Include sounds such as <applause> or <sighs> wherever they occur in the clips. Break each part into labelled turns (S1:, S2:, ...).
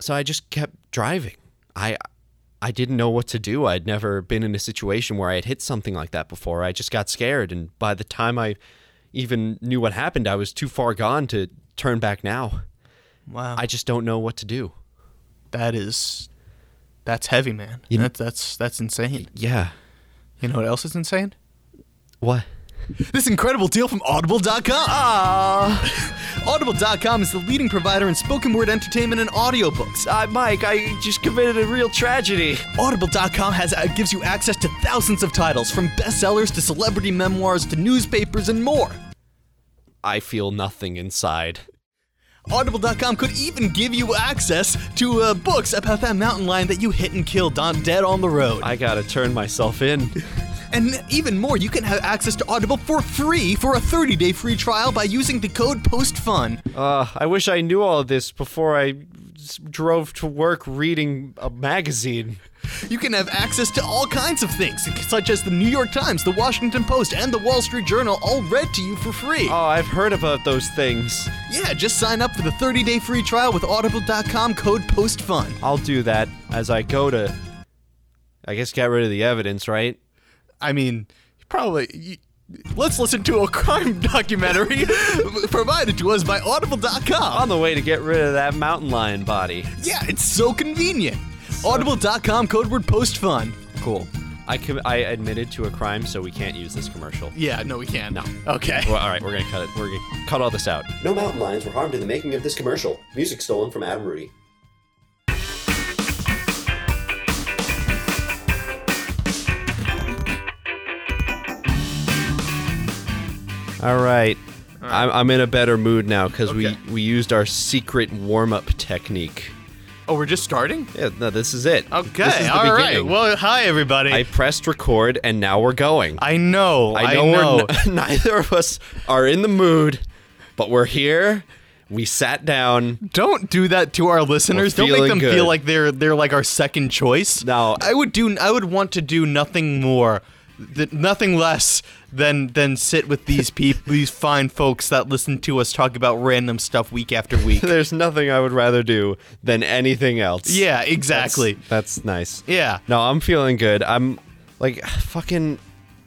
S1: so I just kept driving. I I didn't know what to do. I'd never been in a situation where I had hit something like that before. I just got scared and by the time I even knew what happened, I was too far gone to turn back now.
S2: Wow.
S1: I just don't know what to do.
S2: that is that's heavy, man.
S1: You-
S2: that's that's that's insane.
S1: Yeah.
S2: You know what else is insane?
S1: What?
S2: This incredible deal from Audible.com. Ah. Audible.com is the leading provider in spoken word entertainment and audiobooks.
S1: Uh, Mike, I just committed a real tragedy.
S2: Audible.com has uh, gives you access to thousands of titles, from bestsellers to celebrity memoirs to newspapers and more.
S1: I feel nothing inside.
S2: Audible.com could even give you access to uh, books about that mountain lion that you hit and killed on dead on the road.
S1: I gotta turn myself in.
S2: And even more, you can have access to Audible for free for a 30-day free trial by using the code POSTFUN.
S1: Uh, I wish I knew all this before I s- drove to work reading a magazine.
S2: You can have access to all kinds of things, such as the New York Times, the Washington Post, and the Wall Street Journal, all read to you for free.
S1: Oh, I've heard about those things.
S2: Yeah, just sign up for the 30-day free trial with audible.com code POSTFUN.
S1: I'll do that as I go to. I guess get rid of the evidence, right?
S2: I mean, probably. You, let's listen to a crime documentary <laughs> provided to us by Audible.com.
S1: On the way to get rid of that mountain lion body.
S2: yeah, it's so convenient. Audible.com code word postfun.
S1: Cool. I com- I admitted to a crime, so we can't use this commercial.
S2: Yeah, no, we can't.
S1: No.
S2: Okay.
S1: Well, all right, we're gonna cut it. We're gonna cut all this out. No mountain lions were harmed in the making of this commercial. Music stolen from Adam Rudy. All right. I'm, I'm in a better mood now because
S2: Okay.
S1: we, we used our secret warm up technique.
S2: Oh, we're just starting?
S1: Yeah, no, this is it.
S2: Okay.
S1: This is the
S2: all right.
S1: beginning.
S2: Well, hi, everybody.
S1: I
S2: I,
S1: pressed record and now we're going.
S2: know.
S1: I know, We're n- <laughs> neither of us are in the mood, but we're here. We sat down.
S2: <laughs> Don't do that to our listeners. Don't make
S1: feeling
S2: them
S1: good.
S2: feel like they're they're like our second choice.
S1: No.
S2: I would do I would want to do nothing more, th- nothing less than than sit
S1: <laughs>
S2: with these people, these fine folks that listen to us talk about random stuff week after
S1: <laughs>
S2: week.
S1: There's nothing I would rather do than anything else.
S2: yeah,
S1: That's-
S2: exactly.
S1: That's, nice.
S2: Yeah.
S1: No, I'm feeling good. I'm like fucking.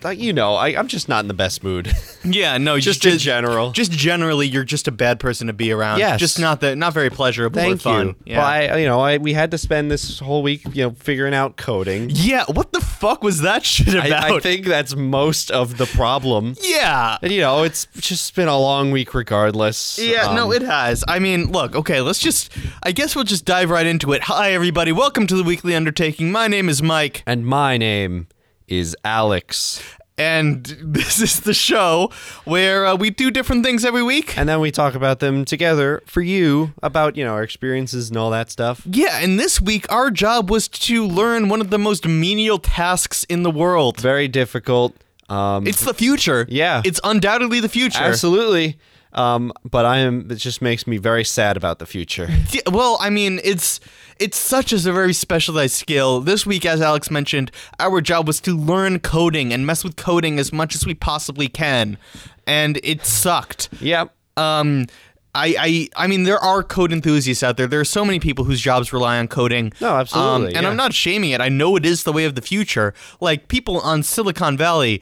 S1: Like, you know, I, I'm just not in the best mood. <laughs>
S2: Yeah, no,
S1: Just
S2: you
S1: in general.
S2: Just generally, you're just a bad person to be around.
S1: Yes.
S2: just not that, not very pleasurable or
S1: Thank
S2: fun.
S1: you.
S2: Yeah.
S1: Well, I, you know, I, we had to spend this whole week, you know, figuring out coding.
S2: yeah, what the fuck was that <laughs> shit
S1: I,
S2: about?
S1: I think that's most of the problem.
S2: yeah,
S1: And, you know, it's just been a long week regardless.
S2: Yeah, no,
S1: Um,
S2: it has. I mean, look, okay, let's just, I guess we'll just dive right into it. Hi, everybody. Welcome to the Weekly Undertaking. My name is Mike,
S1: And my name is Alex.
S2: and <laughs> this is the show where uh, we do different things every week.
S1: And then we talk about them together for you about, you know, our experiences and all that stuff.
S2: Yeah, and this week our job was to learn one of the most menial tasks in the world.
S1: Very difficult. Um,
S2: It's the future.
S1: Yeah.
S2: It's undoubtedly the future.
S1: absolutely. Um, but I am, it just makes me very sad about the future.
S2: Yeah, well, I mean, it's it's such as a very specialized skill. This week, as Alex mentioned, our job was to learn coding and mess with coding as much as we possibly can, and it sucked.
S1: yeah.
S2: Um, I, I I mean, there are code enthusiasts out there. There are so many people whose jobs rely on coding. Um,
S1: No, absolutely,
S2: and
S1: yeah.
S2: I'm not shaming it. I know it is the way of the future. Like people on Silicon Valley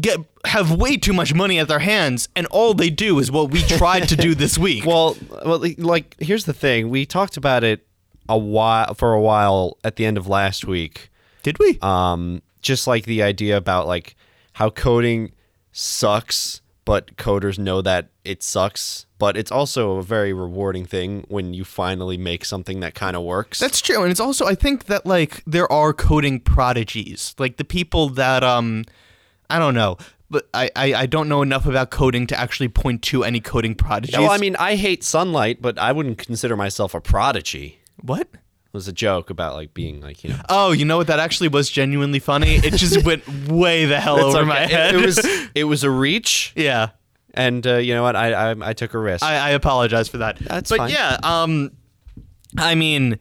S2: get have way too much money at their hands, and all they do is what we tried
S1: <laughs>
S2: to do this week.
S1: Well, well, like, here's the thing. We talked about it a while, for a while at the end of last week.
S2: did we?
S1: um, just like the idea about like how coding sucks but coders know that it sucks but it's also a very rewarding thing when you finally make something that kind of works
S2: That's true, and it's also I think that like there are coding prodigies, like the people that um, I don't know, but I I, I don't know enough about coding to actually point to any coding prodigies.
S1: well, I mean, I hate sunlight, but I wouldn't consider myself a prodigy.
S2: what?
S1: It was a joke about like being like you know.
S2: Oh, you know what? That actually was genuinely funny.
S1: <laughs>
S2: It just went way the hell over
S1: It's okay.
S2: my
S1: It-
S2: head.
S1: It, was it was a reach,
S2: <laughs> yeah.
S1: and uh, you know what? I I, I took a risk.
S2: I, I apologize for that.
S1: That's
S2: but
S1: fine.
S2: yeah, um, I mean,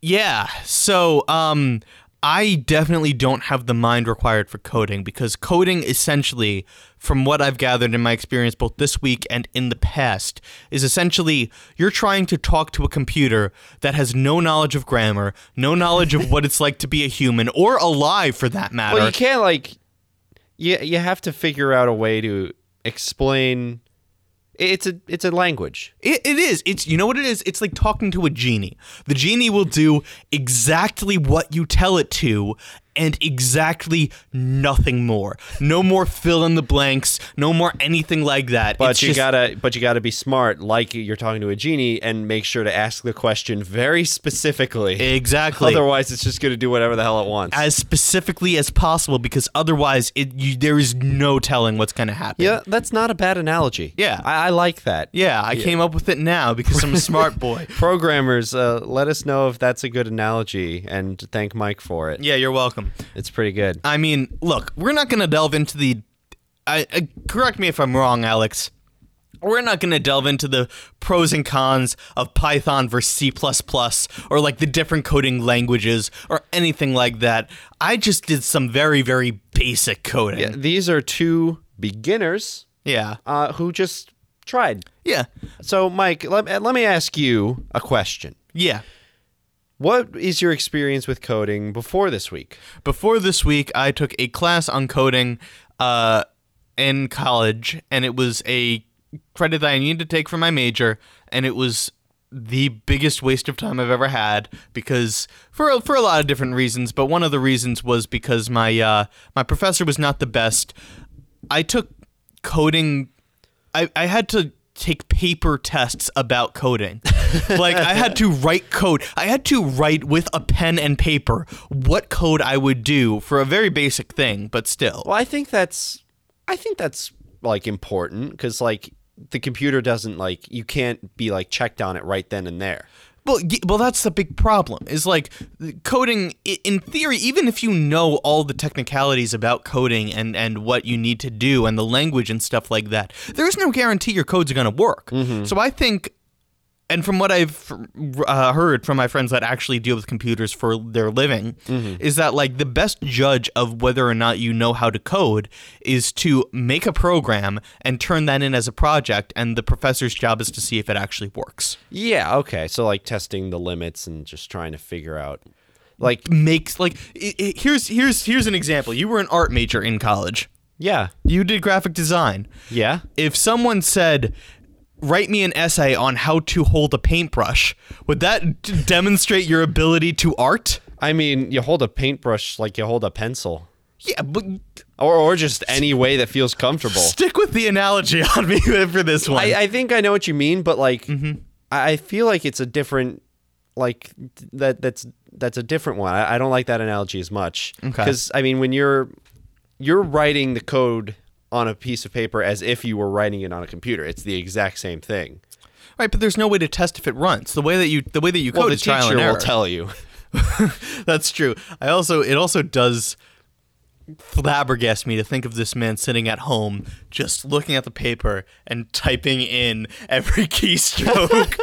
S2: yeah. So um, I definitely don't have the mind required for coding because coding essentially, from what I've gathered in my experience both this week and in the past, is essentially you're trying to talk to a computer that has no knowledge of grammar, no knowledge of what it's like to be a human or alive for that matter.
S1: Well, you can't like you you have to figure out a way to explain it's a it's a language.
S2: It, it is. It's you know what it is. It's like talking to a genie. The genie will do exactly what you tell it to, and exactly nothing more. No more fill in the blanks. No more anything like that.
S1: But
S2: It's
S1: you
S2: just-
S1: gotta but you gotta be smart, like you're talking to a genie, and make sure to ask the question very specifically.
S2: exactly
S1: Otherwise, it's just gonna do whatever the hell it wants.
S2: as specifically as possible because otherwise it you, there is no telling what's going to happen.
S1: yeah, that's not a bad analogy.
S2: Yeah.
S1: I, I like that.
S2: Yeah, I came up with it now because I'm a smart
S1: <laughs>
S2: boy.
S1: Programmers, uh, let us know if that's a good analogy, and thank Mike for it.
S2: Yeah, you're welcome.
S1: It's pretty good.
S2: I mean, look, we're not going to delve into the. I, I, correct me if I'm wrong, Alex. We're not going to delve into the pros and cons of Python versus C++ or like the different coding languages or anything like that. I just did some very very basic coding. Yeah.
S1: These are two beginners
S2: Yeah.
S1: uh, who just tried.
S2: Yeah.
S1: So, Mike, let, let me ask you a question.
S2: yeah.
S1: What is your experience with coding before this week?
S2: Before this week, I took a class on coding uh, in college, and it was a credit that I needed to take for my major, and it was the biggest waste of time I've ever had because for a, for a lot of different reasons, but one of the reasons was because my uh, my professor was not the best. I took coding I, I had to take paper tests about coding. <laughs> like I had to write code. I had to write with a pen and paper what code I would do for a very basic thing, but still.
S1: Well, I think that's I think that's like important cuz like the computer doesn't like you can't be like checked on it right then and there.
S2: Well, y- well that's the big problem. Is like coding i- in theory even if you know all the technicalities about coding and and what you need to do and the language and stuff like that, there is no guarantee your code's going to work. So I think and from what I've uh, heard from my friends that actually deal with computers for their living, is that like the best judge of whether or not you know how to code is to make a program and turn that in as a project, and the professor's job is to see if it actually works.
S1: Yeah, okay. So like testing the limits and just trying to figure out like
S2: Makes like i i here's here's here's an example. You were an art major in college.
S1: yeah.
S2: You did graphic design.
S1: Yeah.
S2: If someone said. Write me an essay on how to hold a paintbrush. Would that d- demonstrate your ability to art?
S1: I mean, you hold a paintbrush like you hold a pencil
S2: Yeah, but
S1: or or just any way that feels comfortable.
S2: stick with the analogy <laughs> on me for this one.
S1: I, I think I know what you mean, but like,
S2: Mm-hmm.
S1: I, I feel like it's a different, like th- that that's that's a different one. I, I don't like that analogy as much
S2: Okay.
S1: because I mean when you're you're writing the code on a piece of paper as if you were writing it on a computer, it's the exact same thing.
S2: right, but there's no way to test if it runs. The way that you the way that you code
S1: the
S2: is trial
S1: teacher
S2: and
S1: will
S2: error.
S1: tell you.
S2: <laughs> That's true. I also it also does flabbergast me to think of this man sitting at home just looking at the paper and typing in every <laughs> keystroke.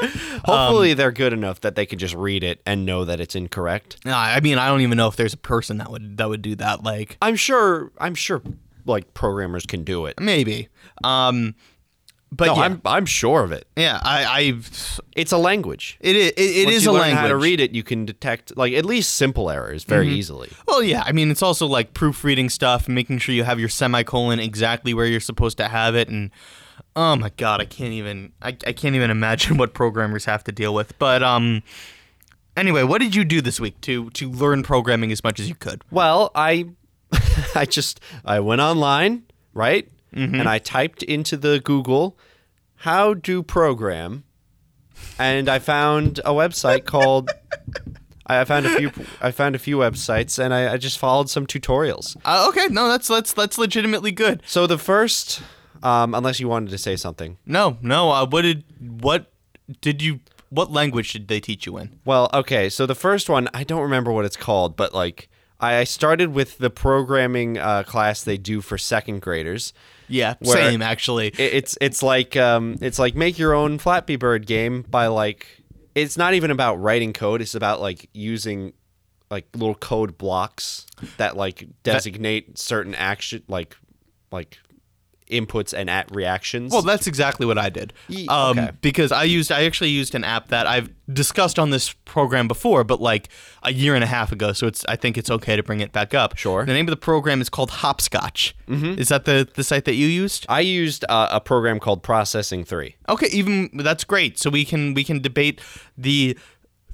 S1: <laughs> Hopefully, they're good enough that they can just read it and know that it's incorrect.
S2: Nah, I mean, I don't even know if there's a person that would that would do that. Like
S1: I'm sure. I'm sure. Like programmers can do it.
S2: maybe. Um, but
S1: No,
S2: yeah,
S1: I'm I'm sure of it.
S2: yeah, I, I
S1: It's a language.
S2: it is it, it
S1: Once
S2: is
S1: you
S2: a
S1: learn
S2: language. Mm-hmm.
S1: how to read it, you can detect like at least simple errors very easily.
S2: Well, yeah. I mean, it's also like proofreading stuff, making sure you have your semicolon exactly where you're supposed to have it, and oh my god, I can't even I, I can't even imagine <laughs> what programmers have to deal with. But um, anyway, what did you do this week to to learn programming as much as you could?
S1: Well, I <laughs> I just I went online, right?
S2: Mm-hmm.
S1: And I typed into the Google how do program and I found a
S2: <laughs>
S1: website called I I found a few I found a few websites and I, I just followed some tutorials.
S2: Uh, okay, no, that's that's that's legitimately good.
S1: So the first um, unless you wanted to say something.
S2: No, no. Uh, what did what did you what language did they teach you in?
S1: Well, okay. So the first one, I don't remember what it's called, but like I I started with the programming uh, class they do for second graders.
S2: Yeah,
S1: Where-
S2: same actually.
S1: It, it's it's like um, it's like make your own Flappy Bird game by like it's not even about writing code. It's about like using like little code blocks that like designate certain action like like inputs and at reactions.
S2: Well, that's exactly what I did.
S1: Ye-
S2: Um,
S1: okay.
S2: Because I used, I actually used an app that I've discussed on this program before, but like a year and a half ago. So it's, I think it's okay to bring it back up.
S1: Sure.
S2: The name of the program is called Hopscotch. Mm-hmm. Is that the the site that you used?
S1: I used uh, a program called Processing 3.
S2: Okay, even that's great. So we can we can debate the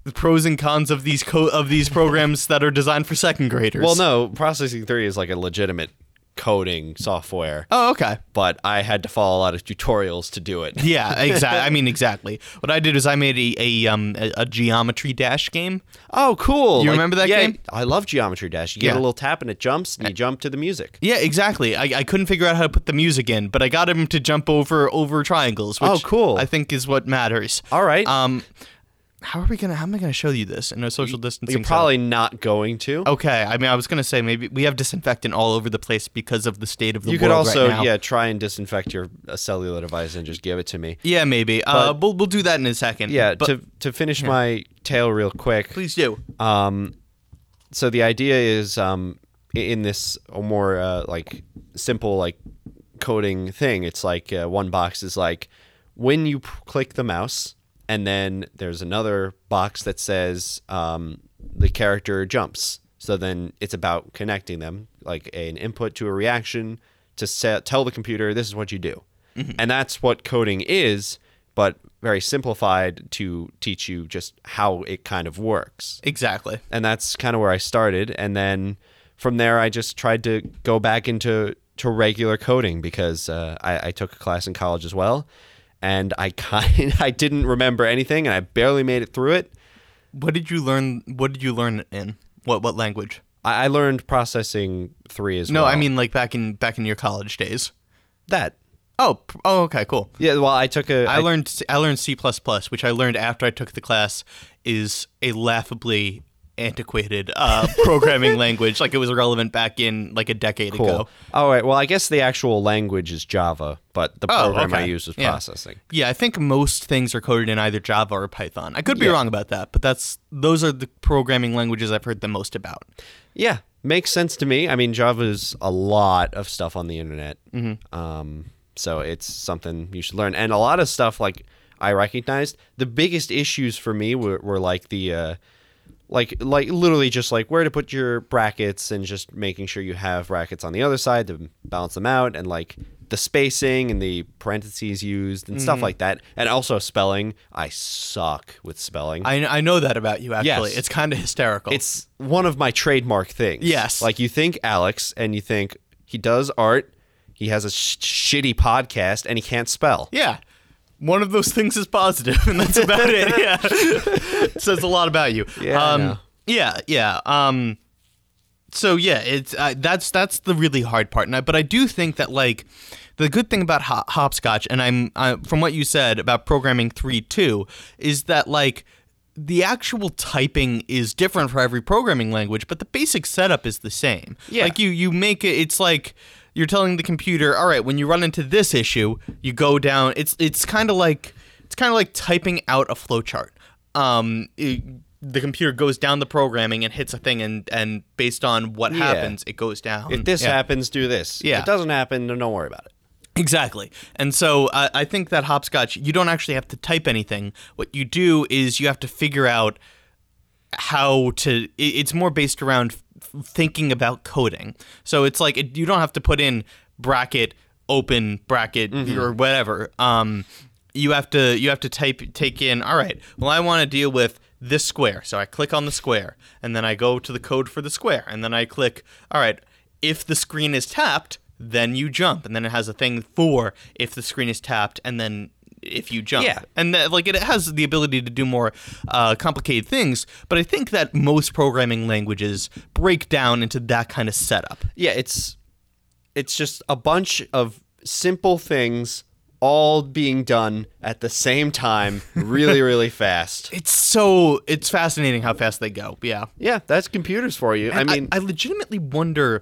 S2: the pros and cons of these co- of these programs that are designed for second graders.
S1: Well, no, Processing 3 is like a legitimate coding software,
S2: Oh, okay.
S1: but I had to follow a lot of tutorials to do it.
S2: Yeah,
S1: <laughs>
S2: exactly. I mean, exactly. What I did is I made a a, um, a, a geometry dash game.
S1: Oh, cool.
S2: You remember that game?
S1: I love Geometry Dash. You get
S2: Yeah.
S1: a little tap and it jumps and you jump to the music.
S2: Yeah, exactly. I, I couldn't figure out how to put the music in, but I got him to jump over over triangles. Which
S1: Oh, cool.
S2: I think is what matters.
S1: All right.
S2: Um, how are we gonna? How am I gonna show you this in a social distancing?
S1: You're probably not going to.
S2: setup? okay. I mean, I was gonna say maybe we have disinfectant all over the place because of the state of the
S1: you could
S2: world
S1: also,
S2: right now.
S1: yeah, try and disinfect your uh, cellular device and just give it to me.
S2: Yeah, maybe. uh, we'll we'll do that in a second.
S1: Yeah,
S2: but
S1: to to finish my tale real quick.
S2: please do.
S1: Um, so the idea is um, i- in this more uh, like simple like coding thing. It's like uh, one box is like when you p- click the mouse, and then there's another box that says um, the character jumps. So then it's about connecting them, like an input to a reaction to se- tell the computer this is what you do, and that's what coding is. But very simplified to teach you just how it kind of works
S2: Exactly.
S1: and that's kind of where I started. And then from there, I just tried to go back into to regular coding because uh, I, I took a class in college as well, and I <laughs> kind I didn't remember anything, and I barely made it through it.
S2: What did you learn? What did you learn in what what language?
S1: I, I learned processing three as
S2: No,
S1: well.
S2: I mean like back in back in your college days.
S1: that.
S2: Oh, p- oh, okay, cool.
S1: Yeah, well, I took a
S2: I learned C- I learned C++, which I learned after I took the class is a laughably antiquated
S1: <laughs>
S2: uh, programming language. Like it was relevant back in like a decade
S1: cool.
S2: ago.
S1: All right. Well, I guess the actual language is Java, but the
S2: Oh,
S1: program I
S2: okay.
S1: used was
S2: Yeah.
S1: processing.
S2: Yeah, I think most things are coded in either Java or Python. I could be wrong about that, but that's those are the programming languages I've heard the most about.
S1: Yeah, makes sense to me. I mean, Java's a lot of stuff on the internet, um, so it's something you should learn. And a lot of stuff like I recognized the biggest issues for me were, were like the uh, like like literally just like where to put your brackets and just making sure you have brackets on the other side to balance them out and like the spacing and the parentheses used and stuff like that. And also spelling, I suck with spelling.
S2: I I know that about you actually.
S1: Yes.
S2: It's kind of hysterical.
S1: It's one of my trademark things.
S2: Yes.
S1: Like you think Alex and you think he does art, he has a sh- shitty podcast, and he can't spell.
S2: yeah. One of those things is positive, and that's
S1: <laughs>
S2: about it. Yeah, <laughs> says a lot about you.
S1: Yeah, I
S2: um,
S1: know.
S2: yeah, yeah. Um, so yeah, it's uh, that's that's the really hard part, and I, but I do think that like the good thing about hop- hopscotch, and I'm uh, from what you said about programming three two, is that like the actual typing is different for every programming language, but the basic setup is the same.
S1: Yeah.
S2: like you you make it. It's like you're telling the computer, all right, when you run into this issue, you go down. It's it's kind of like it's kind of like typing out a flowchart. Um, it- the computer goes down the programming and hits a thing, and and based on what happens, it goes down.
S1: If this
S2: Yeah.
S1: happens, do this.
S2: Yeah.
S1: If it doesn't happen, then don't worry about it.
S2: Exactly. And so I I think that hopscotch, you don't actually have to type anything. What you do is you have to figure out how to. i- It's more based around f- thinking about coding. So it's like it, you don't have to put in bracket open bracket or whatever. Um, you have to you have to type take in. All right. Well, I want to deal with this square. So I click on the square, and then I go to the code for the square, and then I click. All right if the screen is tapped, then you jump, and then it has a thing for if the screen is tapped, and then if you jump.
S1: Yeah.
S2: And that, like it has the ability to do more uh, complicated things, but I think that most programming languages break down into that kind of setup.
S1: Yeah, it's it's just a bunch of simple things all being done at the same time, really, really
S2: <laughs>
S1: fast.
S2: It's so it's fascinating how fast they go. Yeah.
S1: Yeah, that's computers for you. I mean,
S2: I, legitimately wonder,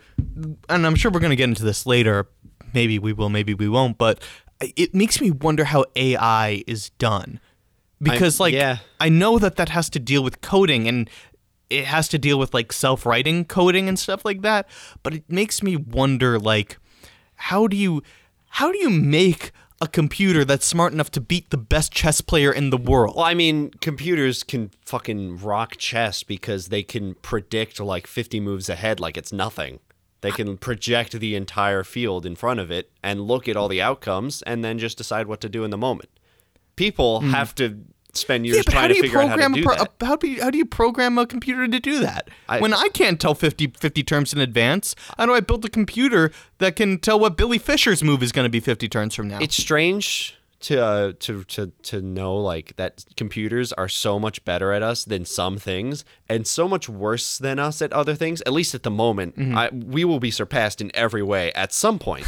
S2: and I'm sure we're going to get into this later. Maybe we will, maybe we won't. But it makes me wonder how AI is done, because like
S1: yeah.
S2: I know that that has to deal with coding, and it has to deal with like self-writing coding and stuff like that, but it makes me wonder like how do you how do you make a computer that's smart enough to beat the best chess player in the world?
S1: Well, I mean, computers can fucking rock chess because they can predict like 50 moves ahead like it's nothing. They can project the entire field in front of it and look at all the outcomes and then just decide what to do in the moment. People have to spend years
S2: Hmm. Yeah, but
S1: trying
S2: how do
S1: to
S2: you
S1: figure out how to
S2: program
S1: do
S2: a pro-
S1: that.
S2: a- how do you, how do you program a computer to do that?
S1: I-
S2: when I can't tell 50, 50 terms in advance, how do I build a computer that can tell what Billy Fisher's move is going to be fifty turns from now?
S1: it's strange to uh, to to to know like that computers are so much better at us than some things and so much worse than us at other things at least at the moment
S2: Mm-hmm.
S1: I, we will be surpassed in every way at some point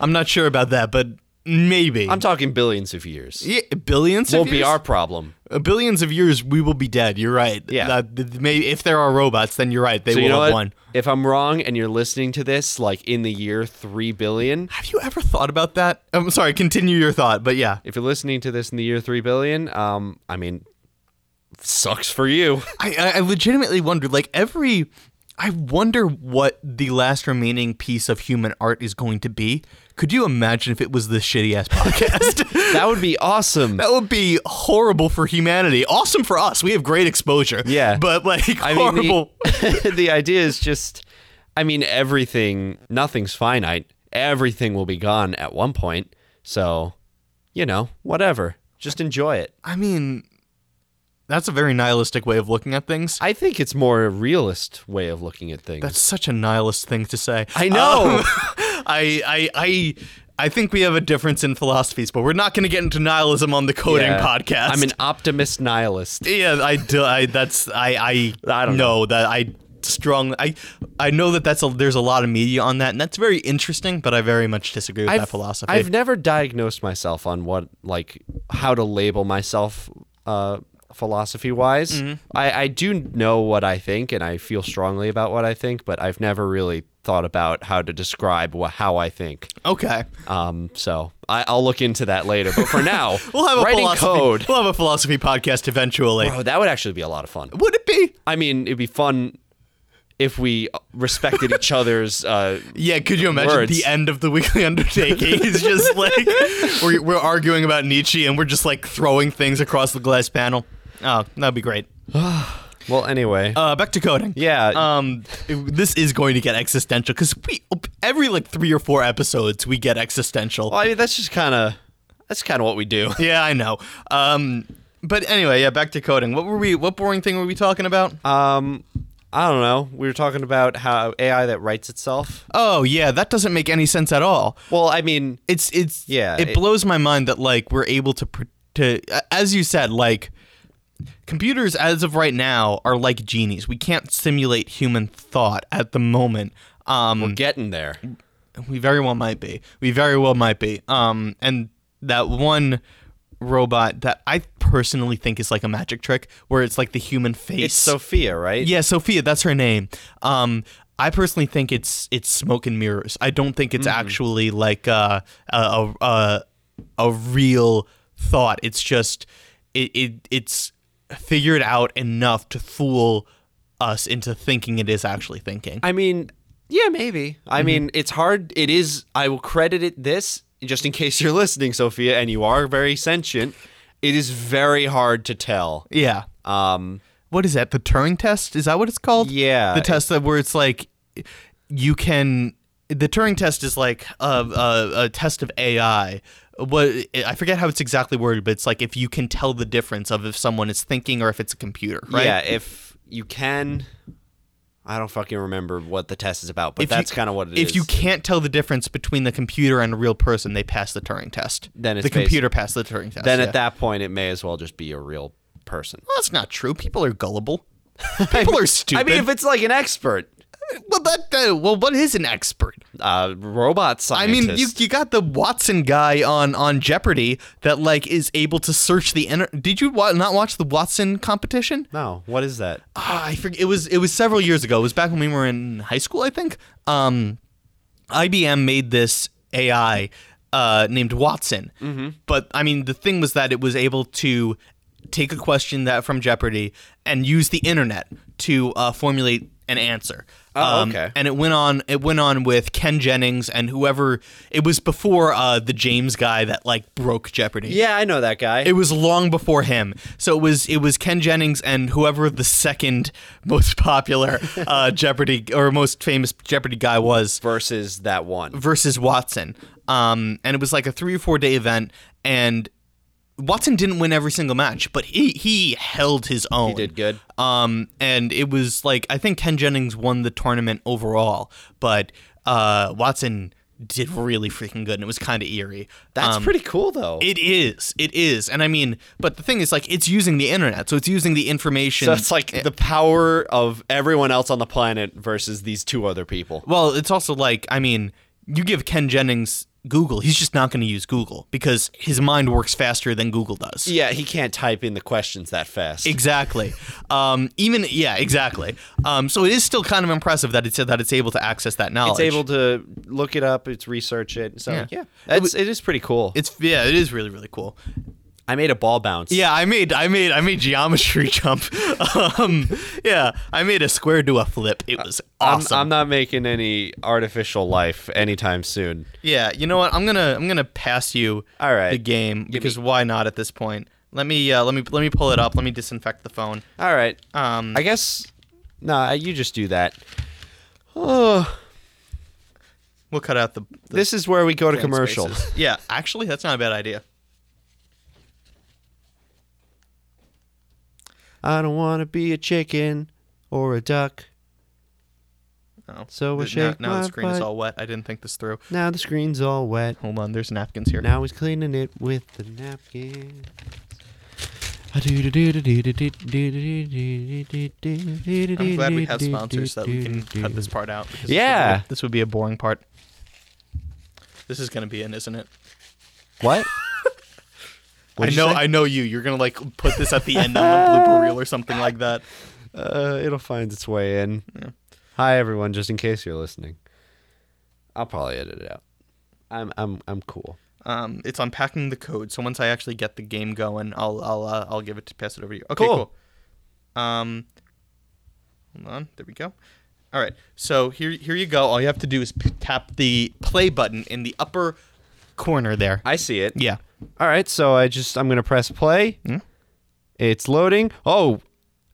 S2: I'm not sure about that, but maybe.
S1: i'm talking billions of years
S2: yeah, billions
S1: won't
S2: of
S1: be
S2: years?
S1: our problem
S2: Uh, billions of years, we will be dead. You're right.
S1: Yeah.
S2: That- th- may- if there are robots, then you're right. They
S1: so
S2: will
S1: you know
S2: have
S1: what
S2: won.
S1: if i'm wrong and you're listening to this like in the year 3 billion
S2: Have you ever thought about that? I'm sorry. Continue your thought, but yeah,
S1: if you're listening to this in the year 3 billion um i mean sucks for you
S2: <laughs> I, I- I legitimately wondered. Like every, I wonder what the last remaining piece of human art is going to be. Could you imagine if it was this shitty ass <laughs> podcast? <laughs>
S1: that would be awesome
S2: That would be horrible for humanity. Awesome for us. We have great exposure.
S1: Yeah.
S2: But like horrible.
S1: the, <laughs> the idea is just, I mean, everything, nothing's finite. Everything will be gone at one point. So, you know, whatever. Just enjoy it.
S2: I mean, that's a very nihilistic way of looking at things.
S1: I think it's more a realist way of looking at things.
S2: That's such a nihilist thing to say.
S1: I know.
S2: Um, <laughs> I, I, I, I think we have a difference in philosophies, but we're not going to get into nihilism on the coding
S1: Yeah.
S2: podcast.
S1: I'm an optimist nihilist.
S2: yeah, I, do- I, that's, I, I,
S1: I don't
S2: know that I strong. I, I know that that's a, there's a lot of media on that, and that's very interesting. But I very much disagree with that
S1: <laughs>
S2: philosophy.
S1: I've never diagnosed myself on what, like, how to label myself uh, philosophy wise.
S2: Mm-hmm.
S1: I, I do know what I think and I feel strongly about what I think, but I've never really thought about how to describe wha how I think.
S2: okay,
S1: Um, so I, I'll look into that later. But for now,
S2: <laughs> we'll have a
S1: writing
S2: philosophy.
S1: code.
S2: We'll have a philosophy podcast eventually.
S1: Oh, that would actually be a lot of fun.
S2: Would it be?
S1: I mean, it'd be fun if we respected each other's. Uh,
S2: Yeah, could you imagine
S1: Words.
S2: the end of the
S1: <laughs>
S2: weekly undertaking? is just like we're, we're arguing about Nietzsche and we're just like throwing things across the glass panel. Oh, that'd be great.
S1: well, anyway,
S2: Uh, back to coding.
S1: Yeah.
S2: Um, it- this is going to get existential because we every like three or four episodes we get existential.
S1: well, I mean, that's just kind of that's kind of what we do. <laughs>
S2: Yeah, I know. Um, but anyway, yeah, back to coding. What were we? What boring thing were we talking about?
S1: Um, I don't know. We were talking about how AI that writes itself.
S2: oh yeah, that doesn't make any sense at all.
S1: Well, I mean,
S2: it's it's
S1: Yeah,
S2: it,
S1: it-
S2: blows my mind that like we're able to pr- to a- as you said like computers as of right now are like genies we can't simulate human thought at the moment um
S1: getting there.
S2: we very well might be we very well might be um and that one robot that i personally think is like a magic trick where it's like the human face
S1: It's Sophia, right?
S2: yeah, Sophia, that's her name. Um, I personally think it's it's smoke and mirrors. I don't think
S1: Mm-hmm.
S2: it's actually like uh, a a, a a real thought. It's just it, it it's figured out enough to fool us into thinking it is actually thinking.
S1: I mean, yeah, maybe. I
S2: Mm-hmm.
S1: mean, it's hard. It is. I will credit it this, just in <laughs> case you're listening, Sophia, and you are very sentient. It is very hard to tell.
S2: yeah.
S1: Um,
S2: what is that? The Turing test? Is that what it's called?
S1: Yeah.
S2: The test that where it's like you can. The Turing test is like a, a, a test of AI. What I forget how it's exactly worded, but it's like if you can tell the difference of if someone is thinking or if it's a computer, right?
S1: yeah, if you can, I don't fucking remember what the test is about, but
S2: If you-
S1: that's kind of what it is.
S2: if you can't tell the difference between the computer and a real person, they pass the Turing test.
S1: Then it's
S2: the
S1: basi-
S2: computer passed the Turing test.
S1: then
S2: yeah.
S1: at that point, it may as well just be a real person.
S2: well, that's not true. People are gullible. People are stupid.
S1: <laughs> I mean, if it's like an expert,
S2: well, that uh, well, what is an expert?
S1: uh, robot
S2: I
S1: scientist.
S2: mean, you, you got the Watson guy on on Jeopardy that like is able to search the internet. Did you wa- not watch the Watson competition?
S1: no, what is that?
S2: Ah, I forget. It was it was several years ago. It was back when we were in high school, I think. Um, IBM made this
S1: Mm-hmm.
S2: AI uh, named Watson, but I mean, the thing was that it was able to take a question that from Jeopardy and use the internet to uh, formulate an answer. Um,
S1: Oh, okay.
S2: And it went on. It went on with Ken Jennings and whoever. It was before uh, the James guy that like broke Jeopardy.
S1: Yeah, I know that guy.
S2: It was long before him. So it was it was Ken Jennings and whoever the second most <laughs> popular uh, Jeopardy or most famous Jeopardy guy was
S1: versus that one.
S2: versus Watson. Um, and it was like a three or four day event, and Watson didn't win every single match, but he he held his own. He
S1: did good.
S2: Um, and it was like I think Ken Jennings won the tournament overall, but uh, Watson did really freaking good, and it was kind of eerie.
S1: That's
S2: Um,
S1: pretty cool though.
S2: it is. It is. And I mean, but the thing is, like, it's using the internet. So it's using the information.
S1: so it's like the power of everyone else on the planet versus these two other people.
S2: well, it's also like, I mean, you give Ken Jennings Google, he's just not going to use Google because his mind works faster than Google does.
S1: Yeah, he can't type in the questions that fast.
S2: Exactly. Um, even yeah, exactly. Um, so it is still kind of impressive that it's that it's able to access that knowledge.
S1: it's able to look it up, it's research it. So yeah, that's, it is pretty cool.
S2: It's yeah, it is really really cool.
S1: I made a ball bounce.
S2: Yeah, I made I made I made geometry <laughs> jump. um, yeah, I made a square do a flip. It was
S1: I'm,
S2: awesome.
S1: I'm not making any artificial life anytime soon.
S2: Yeah, you know what? I'm gonna I'm gonna pass you
S1: All right.
S2: the game because why not at this point? Let me uh, let me let me pull it up. Let me disinfect the phone.
S1: All right.
S2: Um,
S1: I guess nah, you just do that. Oh,
S2: we'll cut out the, the
S1: this is where we go to
S2: blank
S1: commercial.
S2: spaces. <laughs> Yeah, actually, that's not a bad idea.
S1: I don't want to be a chicken or a duck.
S2: Oh,
S1: So we'll
S2: th- now,
S1: shake
S2: now
S1: my
S2: the screen is
S1: butt.
S2: all wet. I didn't think this through.
S1: Now the screen's all wet.
S2: Hold on, there's napkins here.
S1: Now he's cleaning it with the napkin. I'm
S2: I'm glad we have sponsors so that we can cut this part out. because this would be-
S1: Yeah.
S2: this would be a boring part. This is gonna be in, isn't it? <laughs>
S1: What? What'd
S2: I
S1: you
S2: know,
S1: say?
S2: I know you. You're gonna like put this at the end on the blooper reel or something like that.
S1: Uh, it'll find its way in. Hi everyone, just in case you're listening. I'll probably edit it out. I'm I'm I'm cool.
S2: Um, it's unpacking the code. So once I actually get the game going, I'll I'll uh, I'll give it to pass it over to you. Okay,
S1: Cool.
S2: cool. Um, hold on. There we go. All right. So here here you go. All you have to do is p- tap the play button in the upper corner there.
S1: I see it.
S2: yeah. Hmm?
S1: All right, so I just I'm gonna press play. It's loading. Oh,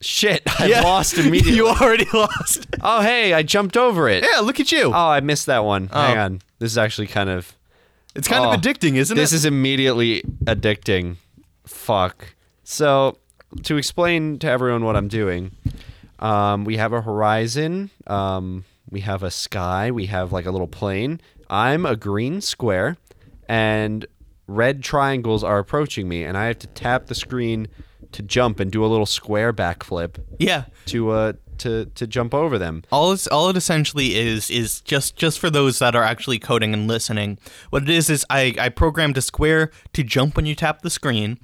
S1: shit! <laughs> I lost immediately.
S2: <laughs> you already lost.
S1: oh, hey, I jumped over it.
S2: yeah, look at you.
S1: Oh, I missed that one. Hang
S2: Oh.
S1: on. This is actually kind of
S2: it's kind
S1: oh,
S2: of addicting, isn't
S1: this
S2: it?
S1: is immediately addicting. Fuck. So, to explain to everyone what I'm doing, um, we have a horizon, um, we have a sky, we have like a little plane. I'm a green square, and red triangles are approaching me, and I have to tap the screen to jump and do a little square backflip
S2: yeah.
S1: to uh to to jump over them.
S2: all it's, all it essentially is is just just for those that are actually coding and listening what it is is i i programmed a square to jump when you tap the screen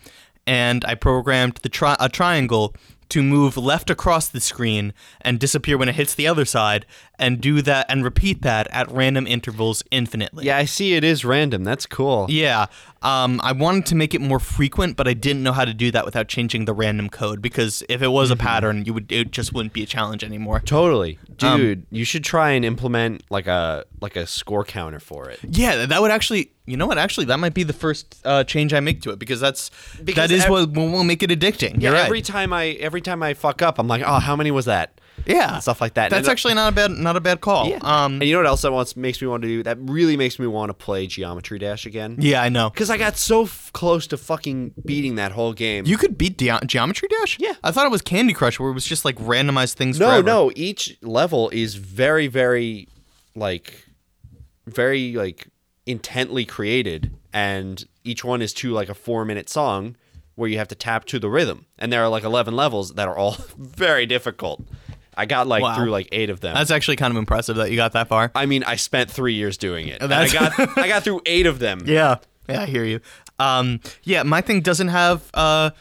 S2: and i programmed the tri- a triangle to move left across the screen and disappear when it hits the other side and do that and repeat that at random intervals infinitely
S1: Yeah, I see. It is random. That's cool.
S2: yeah, um, I wanted to make it more frequent, but I didn't know how to do that without changing the random code because if it was a pattern, you would it just wouldn't be a challenge anymore.
S1: Totally,
S2: Um,
S1: dude. you should try and implement like a like a score counter for it.
S2: Yeah, that would actually. You know what? Actually, that might be the first uh, change I make to it because that's
S1: Because
S2: that is
S1: ev-
S2: what will will make it addicting. You're right.
S1: Every time I every time I fuck up, I'm like, oh, how many was that?
S2: yeah,
S1: And stuff like that.
S2: That's
S1: And-
S2: actually not a bad not a bad call.
S1: Yeah.
S2: Um.
S1: and you know what else that wants makes me want to do? That really makes me want to play Geometry Dash again.
S2: Yeah, I know.
S1: Because I got so f- close to fucking beating that whole game.
S2: You could beat Deo- Geometry Dash.
S1: Yeah.
S2: I thought it was Candy Crush, where it was just like randomized things.
S1: no,
S2: forever.
S1: no. Each level is very, very, like, very like intently created, and each one is to like a four minute song where you have to tap to the rhythm. And there are like eleven levels that are all <laughs> very difficult. I got like
S2: Wow.
S1: through like eight of them.
S2: That's actually kind of impressive that you got that far.
S1: I mean, I spent three years doing it. and I
S2: Oh, That's- <laughs>
S1: got I got through eight of them.
S2: Yeah. Yeah, I hear you. Um, yeah, my thing doesn't have. Uh,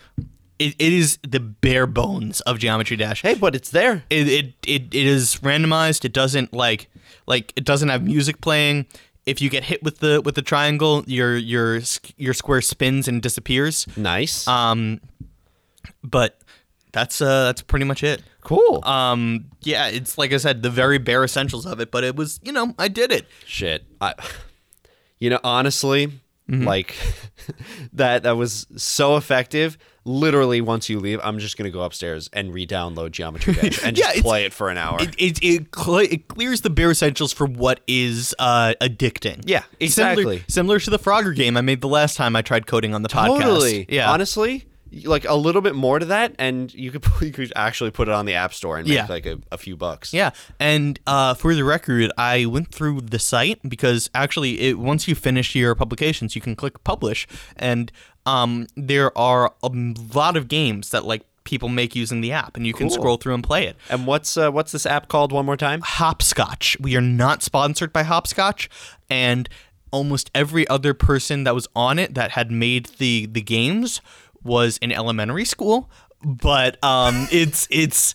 S2: it, it is the bare bones of Geometry Dash.
S1: Hey, but it's there.
S2: it it, it it is randomized. It doesn't like like it doesn't have music playing. If you get hit with the with the triangle, your your s- your square spins and disappears.
S1: Nice.
S2: Um, But that's uh that's pretty much it.
S1: Cool.
S2: Um yeah, it's like I said, the very bare essentials of it, but it was, you know, I did it.
S1: Shit. I You know, honestly,
S2: Mm-hmm.
S1: like <laughs> that that was so effective. Literally once you leave, I'm just going to go upstairs and re-download
S2: <laughs>
S1: Geometry Dash and
S2: Yeah,
S1: just
S2: it's-
S1: play it for an hour.
S2: It it it, cle it clears the bare essentials for what is uh addicting.
S1: Yeah, exactly.
S2: Similar, similar to the Frogger game I made the last time I tried coding on the podcast.
S1: Totally.
S2: Yeah.
S1: Honestly, like a little bit more to that, and you could <laughs> you could actually put it on the app store and make
S2: Yeah.
S1: like a, a few bucks.
S2: Yeah, and uh, for the record, I went through the site because actually, it, once you finish your publications, you can click publish, and um, there are a m- lot of games that like people make using the app, and you can scroll through and play it.
S1: And what's uh, what's this app called? One more time.
S2: Hopscotch. We are not sponsored by Hopscotch, and almost every other person that was on it that had made the the games was in elementary school. But um, <laughs> it's it's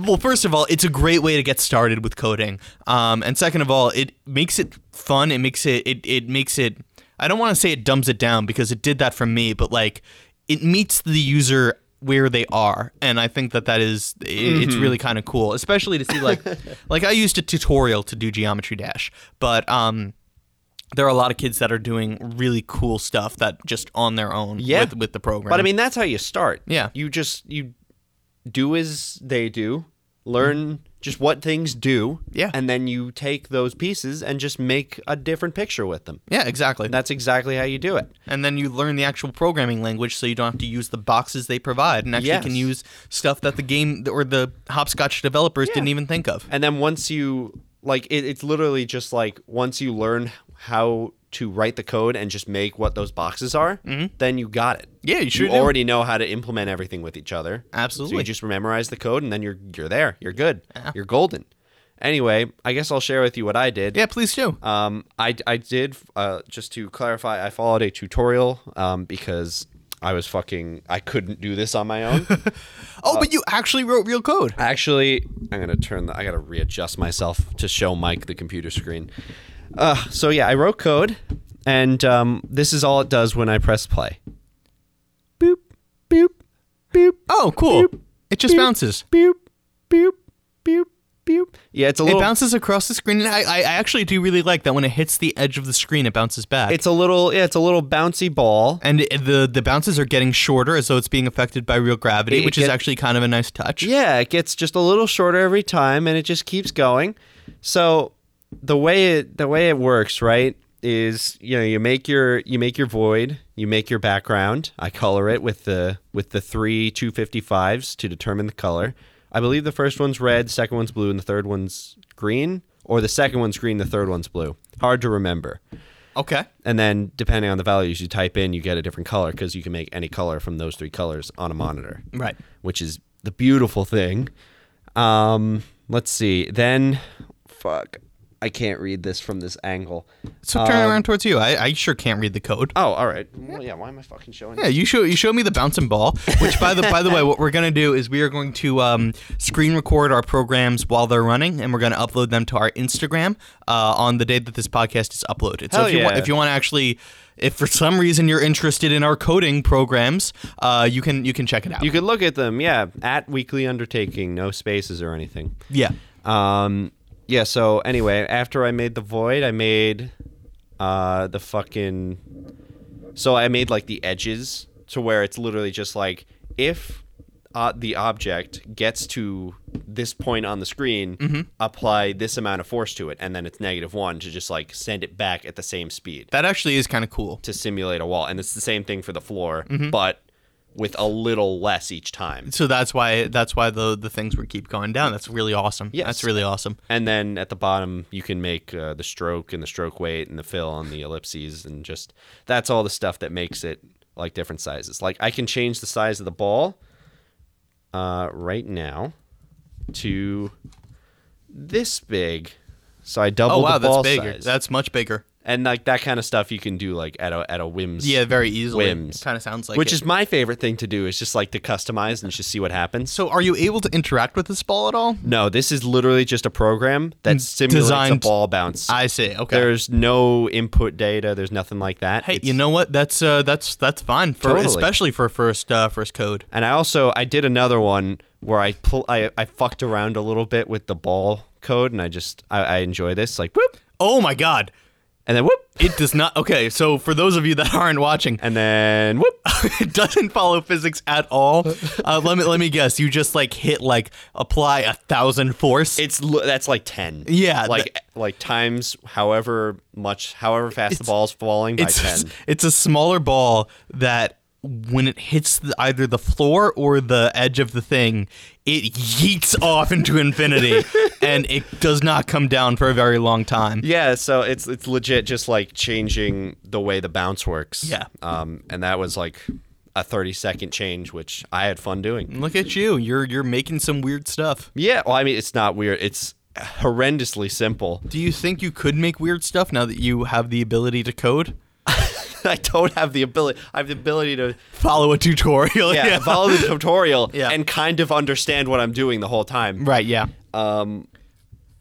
S2: well, first of all, it's a great way to get started with coding, um, and second of all, it makes it fun. It makes it it it makes it. I don't want to say it dumbs it down because it did that for me, but like it meets the user where they are and i think that that is i it's
S1: Mm-hmm.
S2: really kind of cool especially to
S1: <laughs>
S2: see like like i used a tutorial to do geometry dash but um there are a lot of kids that are doing really cool stuff that just on their own
S1: Yeah.
S2: with, with the program
S1: But I mean, that's how you start.
S2: Yeah.
S1: You just you do as they do, learn just what things do.
S2: Yeah.
S1: And then you take those pieces and just make a different picture with them.
S2: yeah exactly
S1: That's exactly how you do it.
S2: and then you learn the actual programming language so you don't have to use the boxes they provide and actually
S1: Yes.
S2: can use stuff that the game or the hopscotch developers didn't even think of
S1: And then once you like it, it's literally just like once you learn how to write the code and just make what those boxes are,
S2: Mm-hmm.
S1: then you got it.
S2: Yeah, you sure
S1: You
S2: do.
S1: already know how to implement everything with each other. So
S2: Absolutely.
S1: you just memorize the code and then you're you're there. You're good. You're golden. Anyway, I guess I'll share with you what I did.
S2: yeah please do
S1: Um, I, I did, uh, just to clarify, I followed a tutorial um, because I was fucking, I couldn't do this on my
S2: <laughs>
S1: own.
S2: oh
S1: Uh,
S2: but you actually wrote real code
S1: Actually, I'm going to turn the, I got to readjust myself to show Mike the computer screen. Uh, so yeah, I wrote code and um, this is all it does when I press play. Boop, boop, boop,
S2: oh cool it just bounces
S1: boop, boop, boop, boop. Yeah, it's a
S2: It
S1: little,
S2: bounces across the screen, and I, I, I actually do really like that when it hits the edge of the screen, it bounces back.
S1: it's a little, yeah, it's a little bouncy ball.
S2: and it- the the bounces are getting shorter as though it's being affected by real gravity,
S1: It
S2: which is
S1: get-
S2: actually kind of a nice touch.
S1: Yeah, it gets just a little shorter every time, and it just keeps going. So the way it the way it works, right, is you know you make your you make your void, you make your background. I color it with the with the three two fifty fives to determine the color. I believe the first one's red, second one's blue, and the third one's green, or the second one's green, the third one's blue. Hard to remember.
S2: Okay.
S1: And then depending on the values you type in, you get a different color because you can make any color from those three colors on a monitor
S2: Right.
S1: which is the beautiful thing. Um, let's see. Then, fuck, I can't read this from this angle.
S2: So turn
S1: Um,
S2: around towards you. I, I sure can't read the code.
S1: Oh, all right. Well, yeah. Why am I fucking showing?
S2: Yeah, you show you show me the bouncing ball. Which by the
S1: <laughs>
S2: by the way, what we're gonna do is we are going to um, screen record our programs while they're running, and we're gonna upload them to our Instagram uh, on the day that this podcast is uploaded. so
S1: Hell
S2: if you want,
S1: yeah.
S2: if you want to actually, if for some reason you're interested in our coding programs, uh, you can you can check it out.
S1: You could look at them. Yeah, at weekly undertaking, no spaces or anything.
S2: yeah,
S1: Um, yeah. So anyway, after I made the void, I made uh the fucking. So I made like the edges to where it's literally just like if uh, the object gets to this point on the screen, apply this amount of force to it, and then it's negative one to just like send it back at the same speed
S2: that actually is kind of cool.
S1: to simulate a wall. And it's the same thing for the floor, but with a little less each time.
S2: So that's why that's why the the things would keep going down. That's really awesome.
S1: Yes.
S2: that's really awesome.
S1: And then at the bottom, you can make uh, the stroke and the stroke weight and the fill and the ellipses and just that's all the stuff that makes it like different sizes. Like I can change the size of the ball uh, right now to this big. So I double
S2: Oh wow,
S1: the
S2: that's
S1: ball
S2: Oh, bigger.
S1: size.
S2: That's much bigger.
S1: and like that kind of stuff you can do like at a at a whim's
S2: Yeah, very easily.
S1: Whims.
S2: Kind of sounds like
S1: which
S2: it.
S1: is my favorite thing to do is just like to customize and just see what happens.
S2: So, are you able to interact with this ball at all?
S1: No, this is literally just a program that simulates
S2: Mm, designed-
S1: a ball bounce.
S2: I see. Okay.
S1: There's no input data. There's nothing like that.
S2: hey,
S1: It's-
S2: you know what? That's uh, that's that's fine for
S1: Totally.
S2: especially for first uh, first code.
S1: And I also I did another one where I pull I, I fucked around a little bit with the ball code and I just I, I enjoy this like whoop
S2: Oh my god.
S1: and then whoop
S2: It does not. Okay, so for those of you that <laughs> aren't watching,
S1: and then whoop.
S2: it doesn't follow physics at all. Uh, let me let me guess. You just like hit like apply a thousand force.
S1: It's l- that's like ten.
S2: Yeah,
S1: like like times however much however fast the ball's falling by
S2: it's <laughs>
S1: ten.
S2: it's a smaller ball that when it hits the, either the floor or the edge of the thing, it yeets off into
S1: <laughs>
S2: infinity, and it does not come down for a very long time.
S1: Yeah, so it's it's legit just like changing the way the bounce works.
S2: Yeah.
S1: Um, and that was like a thirty second change, which I had fun doing.
S2: Look at you! You're you're making some weird stuff.
S1: Yeah, well, I mean, it's not weird. It's horrendously simple. <laughs>
S2: Do you think you could make weird stuff now that you have the ability to code?
S1: I don't have the ability. I have the ability to
S2: Follow a tutorial.
S1: yeah,
S2: <laughs>
S1: follow the <laughs> tutorial
S2: Yeah.
S1: and kind of understand what I'm doing the whole time.
S2: right. Yeah.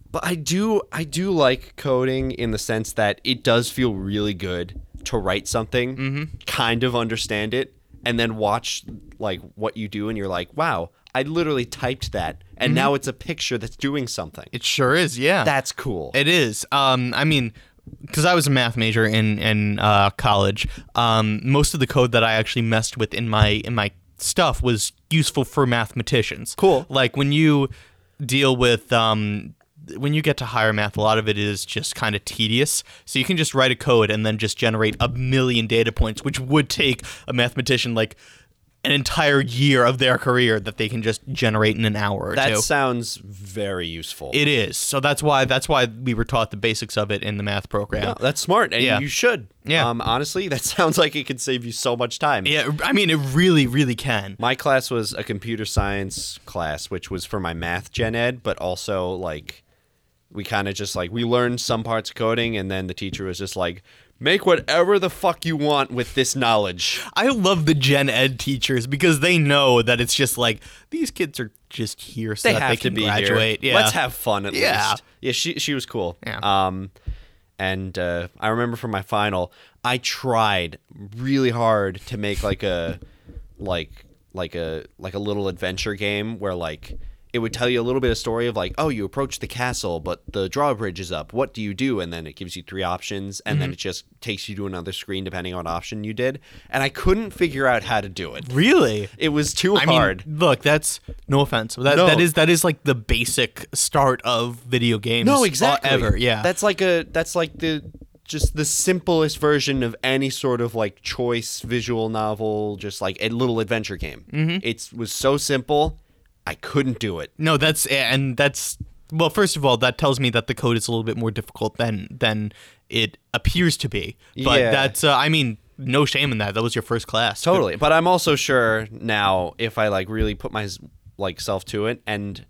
S1: But I do I do like coding in the sense that it does feel really good to write something, kind of understand it, and then watch like what you do and you're like, "Wow, I literally typed that and now it's a picture that's doing something."
S2: It sure is. Yeah.
S1: Mm-hmm. That's cool.
S2: It is. Um, I mean, because I was a math major in in uh, college, um, most of the code that I actually messed with in my in my stuff was useful for mathematicians.
S1: Cool.
S2: Like when you deal with um, when you get to higher math, a lot of it is just kind of tedious. So you can just write a code and then just generate a million data points, which would take a mathematician like an entire year of their career that they can just generate in an hour or
S1: that
S2: two.
S1: sounds very useful.
S2: It is. So that's why that's why we were taught the basics of it in the math program.
S1: No, that's smart, and
S2: Yeah.
S1: you should.
S2: Yeah.
S1: Um, honestly, <laughs> that sounds like it could save you so much time.
S2: Yeah, I mean it really really can.
S1: My class was a computer science class, which was for my math gen ed, but also like we kind of just like we learned some parts of coding, and then the teacher was just like, make whatever the fuck you want with this knowledge.
S2: I love the gen ed teachers because they know that it's just like these kids are just here so
S1: They
S2: that
S1: have
S2: they
S1: to
S2: can
S1: be
S2: graduate.
S1: here.
S2: Yeah.
S1: Let's have fun at
S2: Yeah.
S1: least. Yeah, she she was cool.
S2: Yeah.
S1: Um, and uh, I remember for my final, I tried really hard to make like a like like a like a little adventure game where like it would tell you a little bit of story of like oh you approach the castle but the drawbridge is up what do you do and then it gives you three options and
S2: Mm-hmm.
S1: then it just takes you to another screen depending on what option you did and I couldn't figure out how to do it.
S2: Really?
S1: It was too
S2: I
S1: hard.
S2: mean, look, that's no offense. but That
S1: No.
S2: that is that is like the basic start of video games.
S1: No,
S2: uh,
S1: exactly.
S2: Ever, yeah.
S1: That's like a that's like the just the simplest version of any sort of like choice visual novel, just like a little adventure game. Mm-hmm. It was so simple, I couldn't do it.
S2: No, that's and that's well. First of all, that tells me that the code is a little bit more difficult than than it appears to be. But
S1: Yeah.
S2: that's uh, I mean, no shame in that. That was your first class.
S1: Totally. But I'm also sure now if I like really put my like self to it and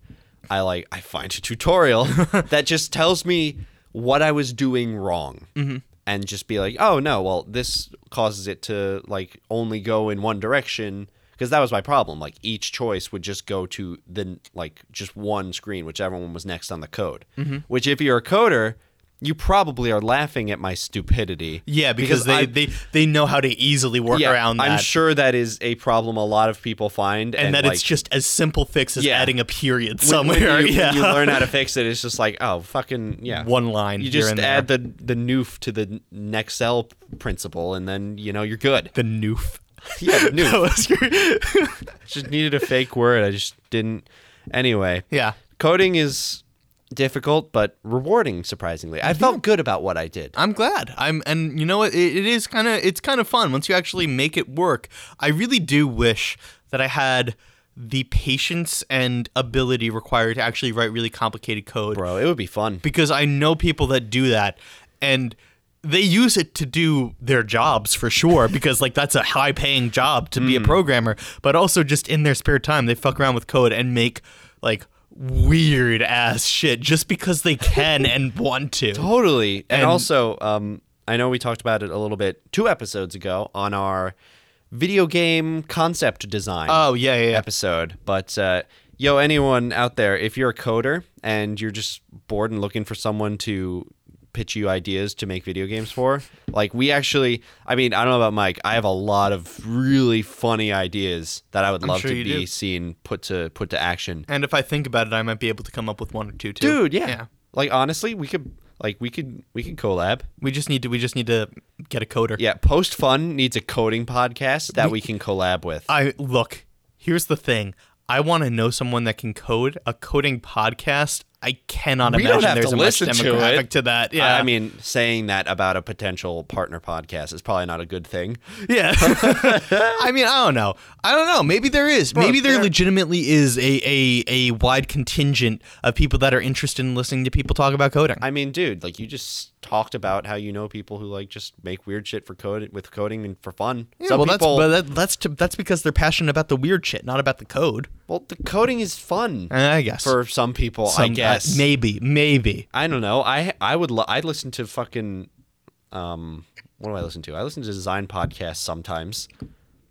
S1: I like I find a
S2: <laughs>
S1: tutorial that just tells me what I was doing wrong.
S2: Mm-hmm.
S1: And just be like, "Oh no, well this causes it to like only go in one direction." Because that was my problem. Like each choice would just go to the like just one screen, whichever one was next on the code.
S2: Mm-hmm.
S1: Which, if you're a coder, you probably are laughing at my stupidity.
S2: Yeah, because, they,
S1: I-
S2: they they know how to easily work around that.
S1: I'm sure that is a problem a lot of people find, and,
S2: and that
S1: like,
S2: it's just as simple fix as
S1: Yeah.
S2: adding a period
S1: when- when
S2: somewhere.
S1: you,
S2: <laughs> yeah.
S1: when you learn how to fix it, it's just like, oh, fucking yeah,
S2: One line
S1: You
S2: here
S1: just
S2: and there.
S1: add the the noof to the Nexel principle, and then you know you're
S2: <laughs>
S1: good.
S2: the
S1: <laughs>
S2: noof.
S1: yeah, the
S2: That
S1: noof.
S2: was your-
S1: <laughs> just needed a fake word. I just didn't. Anyway,
S2: yeah.
S1: coding is difficult but rewarding. Surprisingly, I felt good about what I did.
S2: I'm glad. I'm, and you know what? It, it is kind of it's kind of fun once you actually make it work. I really do wish that I had the patience and ability required to actually write really complicated code
S1: Bro, it would be fun.
S2: because I know people that do that and they use it to do their jobs for sure because like that's a high paying job to be a programmer but also just in their spare time they fuck around with code and make like weird ass shit just because they can and want to
S1: Totally. And, also, um, I know we talked about it a little bit two episodes ago on our video game concept design
S2: Oh yeah, yeah, yeah.
S1: episode. But uh, yo, anyone out there, if you're a coder and you're just bored and looking for someone to pitch you ideas to make video games for, like we actually, I mean, I don't know about Mike, I have a lot of really funny ideas that I would love
S2: sure
S1: to
S2: you
S1: be
S2: do.
S1: seen put to put to action.
S2: And if I think about it, I might be able to come up with one or two too.
S1: Dude, yeah. Like honestly, we could like we could we could collab.
S2: We just need to. We just need to get a coder.
S1: Yeah, Post Fun needs a coding podcast that we can collab with.
S2: I look. Here's the thing. I want to know someone that can code a coding podcast. I cannot
S1: We don't
S2: imagine
S1: have
S2: there's
S1: to
S2: a much
S1: listen to
S2: demographic
S1: it.
S2: to that. Yeah,
S1: I I mean, saying that about a potential partner podcast is probably not a good thing. <laughs>
S2: Yeah. I mean, I don't know. I don't know. Maybe there is. Maybe there
S1: there-
S2: legitimately is a, a, a wide contingent of people that are interested in listening to people talk about coding.
S1: I mean, dude, like you just talked about how you know people who like just make weird shit for code with coding and for fun.
S2: yeah,
S1: Some
S2: well,
S1: people,
S2: that's but that, that's to, that's because they're passionate about the weird shit, not about the code.
S1: well, the coding is fun
S2: Uh, I guess.
S1: for some people. I
S2: Some- uh,
S1: guess.
S2: maybe. Maybe.
S1: I don't know. I I would lo- I listen to fucking um what do I listen to? I listen to design podcasts sometimes,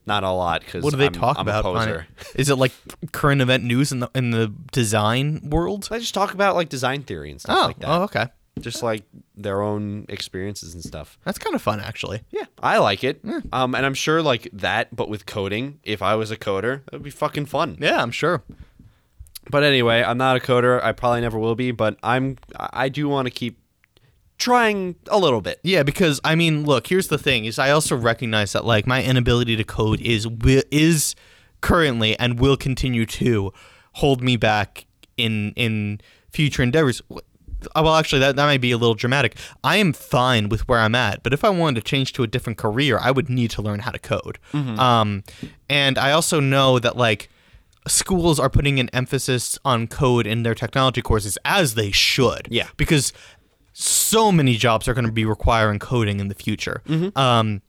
S1: not a lot because
S2: What do they
S1: I'm,
S2: talk
S1: I'm
S2: about?
S1: A
S2: on
S1: poser.
S2: it? Is it like current event news in the in the design world?
S1: They just talk about like design theory and stuff
S2: Oh,
S1: like that.
S2: oh, okay.
S1: Just like their own experiences and stuff.
S2: That's kind of fun, actually.
S1: Yeah, I like it. Um, and I'm sure like that, but with coding. If I was a coder, that would be fucking fun.
S2: Yeah, I'm sure.
S1: But anyway, I'm not a coder. I probably never will be. But I'm. I I do want to keep trying a little bit.
S2: Yeah, because I mean, look, here's the thing: is I also recognize that like my inability to code is wi- is currently and will continue to hold me back in in future endeavors. Wh- Well, actually, that, that might be a little dramatic. I am fine with where I'm at, but if I wanted to change to a different career, I would need to learn how to code. Um, and I also know that like schools are putting an emphasis on code in their technology courses as they should.
S1: Yeah.
S2: Because so many jobs are going to be requiring coding in the future.
S1: Mm-hmm.
S2: Um,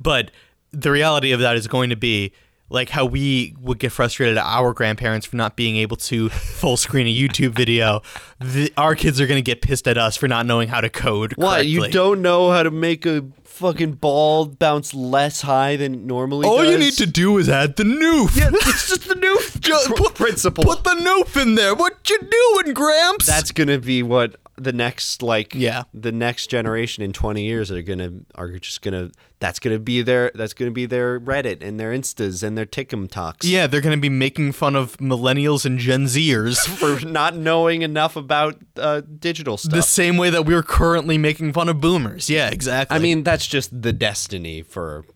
S2: but the reality of that is going to be like how we would get frustrated at our grandparents for not being able to <laughs> full screen a YouTube video. The, our kids are going to get pissed at us for not knowing how to code.
S1: What you
S2: correctly.
S1: don't know how to make a fucking ball bounce less high than it normally
S2: All
S1: does?
S2: you need
S1: <laughs>
S2: to do is add the noof. <laughs>
S1: it's just the new <laughs>
S2: put-
S1: principle.
S2: Put the noof in there. What you doing, Gramps?
S1: That's gonna be what the next like
S2: Yeah.
S1: the next generation in 20 years are gonna are just gonna that's gonna be their that's gonna be their Reddit and their Instas and their Tickum talks
S2: yeah, they're going to be making fun of millennials and Gen Zers
S1: for not knowing enough about uh, digital stuff.
S2: the same way that we're currently making fun of boomers. Yeah, exactly.
S1: I mean, that's just the destiny for. for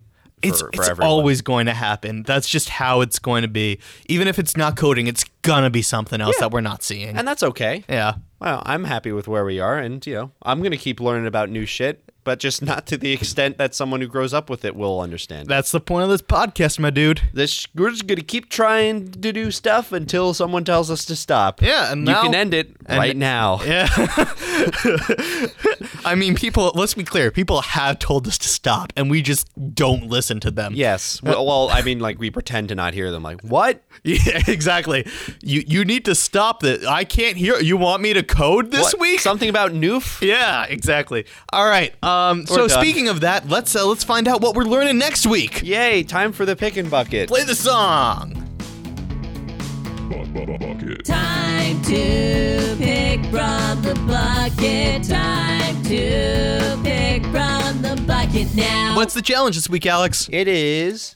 S2: it's,
S1: for
S2: it's
S1: everyone.
S2: always going to happen. That's just how it's going to be. Even if it's not coding, it's going to be something else that we're not seeing.
S1: and that's okay.
S2: yeah.
S1: Well, I'm happy with where we are, and you know, I'm gonna keep learning about new shit, but just not to the extent that someone who grows up with it will understand.
S2: That's the point of this podcast, my dude.
S1: this we're just gonna keep trying to do stuff until someone tells us to stop.
S2: Yeah, and
S1: you
S2: now-
S1: can end it right now.
S2: <laughs> Yeah. I mean, people, let's be clear, people have told us to stop, and we just don't listen to them.
S1: Yes. Well, well, I mean, like we pretend to not hear them. Like what?
S2: <laughs> Yeah, exactly. You you need to stop this. I can't hear. You want me to code this
S1: What?
S2: week?
S1: something about Noof.
S2: Yeah, exactly. All right. Um, so
S1: We're done.
S2: speaking of that, let's uh, let's find out what we're learning next week.
S1: Yay! Time for the pick and bucket.
S2: Play the song.
S3: Buck, buck, buck, bucket.
S4: Time to pick from the bucket. Time to pick from the bucket now.
S2: What's the challenge this week, Alex?
S1: It
S2: <laughs>
S1: is.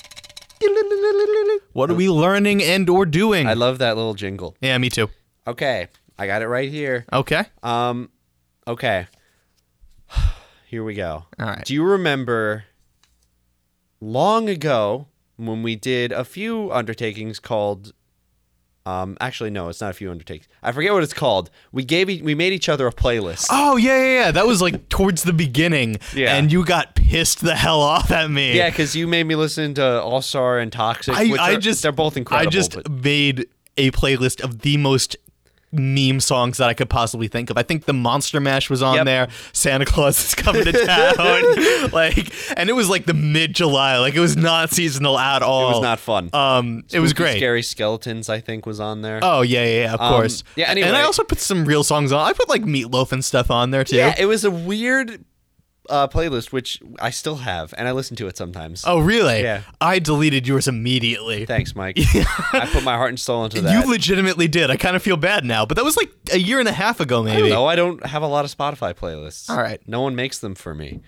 S2: What are we learning and or doing?
S1: I love that little jingle.
S2: yeah, me too.
S1: Okay, I got it right here.
S2: Okay.
S1: Um, okay. <sighs> Here we go.
S2: All right.
S1: Do you remember long ago when we did a few undertakings called? Um, actually, no, it's not a few undertakings. I forget what it's called. We gave e- we made each other a playlist.
S2: Oh yeah, yeah, yeah. That was like towards the beginning,
S1: Yeah.
S2: and you got pissed the hell off at me.
S1: Yeah, because you made me listen to All Star and Toxic.
S2: I,
S1: which
S2: I
S1: are-
S2: just
S1: they're both incredible.
S2: I just
S1: but-
S2: made a playlist of the most meme songs that I could possibly think of. I think the Monster Mash was on
S1: Yep.
S2: there. Santa Claus
S1: <laughs>
S2: is coming to town. like, and it was like the mid July. Like it was not seasonal at all.
S1: it was not fun.
S2: Um, Oh, it was
S1: Spooky
S2: great.
S1: Scary skeletons, I think, was on there.
S2: Oh yeah, yeah, yeah of course.
S1: yeah,
S2: and
S1: anyway.
S2: I also put some real songs on. I put like Meatloaf and stuff on there too.
S1: yeah, it was a weird uh, playlist, which I still have, and I listen to it sometimes.
S2: Oh, really?
S1: Yeah.
S2: I deleted yours immediately.
S1: thanks,
S2: <laughs>
S1: Mike. I put my heart and soul into that.
S2: You legitimately did. I kind of feel bad now, but that was like a year and a half ago, maybe.
S1: I don't know. I don't have a lot of Spotify playlists.
S2: All right.
S1: No one makes them for me.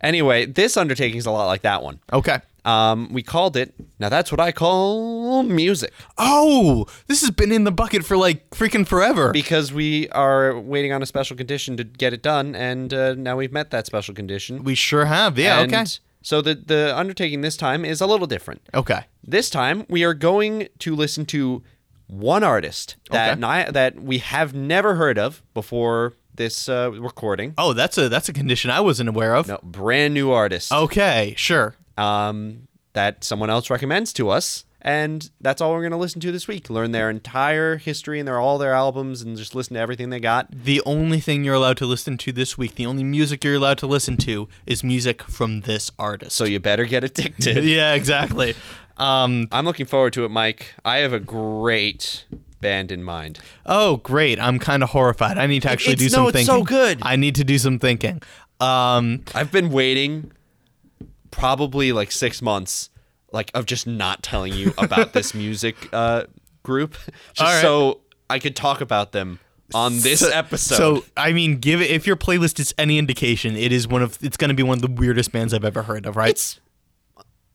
S1: Anyway, this undertaking is a lot like that one.
S2: Okay.
S1: Um, we called it. Now that's what I call music
S2: Oh, this has been in the bucket for like freaking forever.
S1: because we are waiting on a special condition to get it done, and uh, now we've met that special condition.
S2: we sure have. Yeah.
S1: And
S2: okay.
S1: So the the undertaking this time is a little different.
S2: Okay.
S1: This time we are going to listen to one artist that
S2: Okay.
S1: ni- that we have never heard of before this uh, recording.
S2: Oh, that's a that's a condition I wasn't aware of.
S1: No, brand new artist.
S2: Okay. Sure.
S1: um, that someone else recommends to us. And that's all we're going to listen to this week. Learn their entire history and their all their albums and just listen to everything they got.
S2: The only thing you're allowed to listen to this week, the only music you're allowed to listen to, is music from this artist.
S1: So you better get
S2: <laughs>
S1: addicted.
S2: yeah, exactly. Um,
S1: I'm looking forward to it, Mike. I have a great band in mind.
S2: oh, great. I'm kind of horrified. I need to actually do
S1: it's-
S2: some
S1: no, it's
S2: thinking.
S1: so good.
S2: I need to do some thinking. Um,
S1: I've been waiting probably like six months, like of just not telling you about
S2: <laughs>
S1: this music uh, group, just
S2: All right.
S1: so I could talk about them on this
S2: so-
S1: episode.
S2: So I mean, give it if your playlist is any indication, it is one of it's going to be one of the weirdest bands I've ever heard of, right?
S1: It's-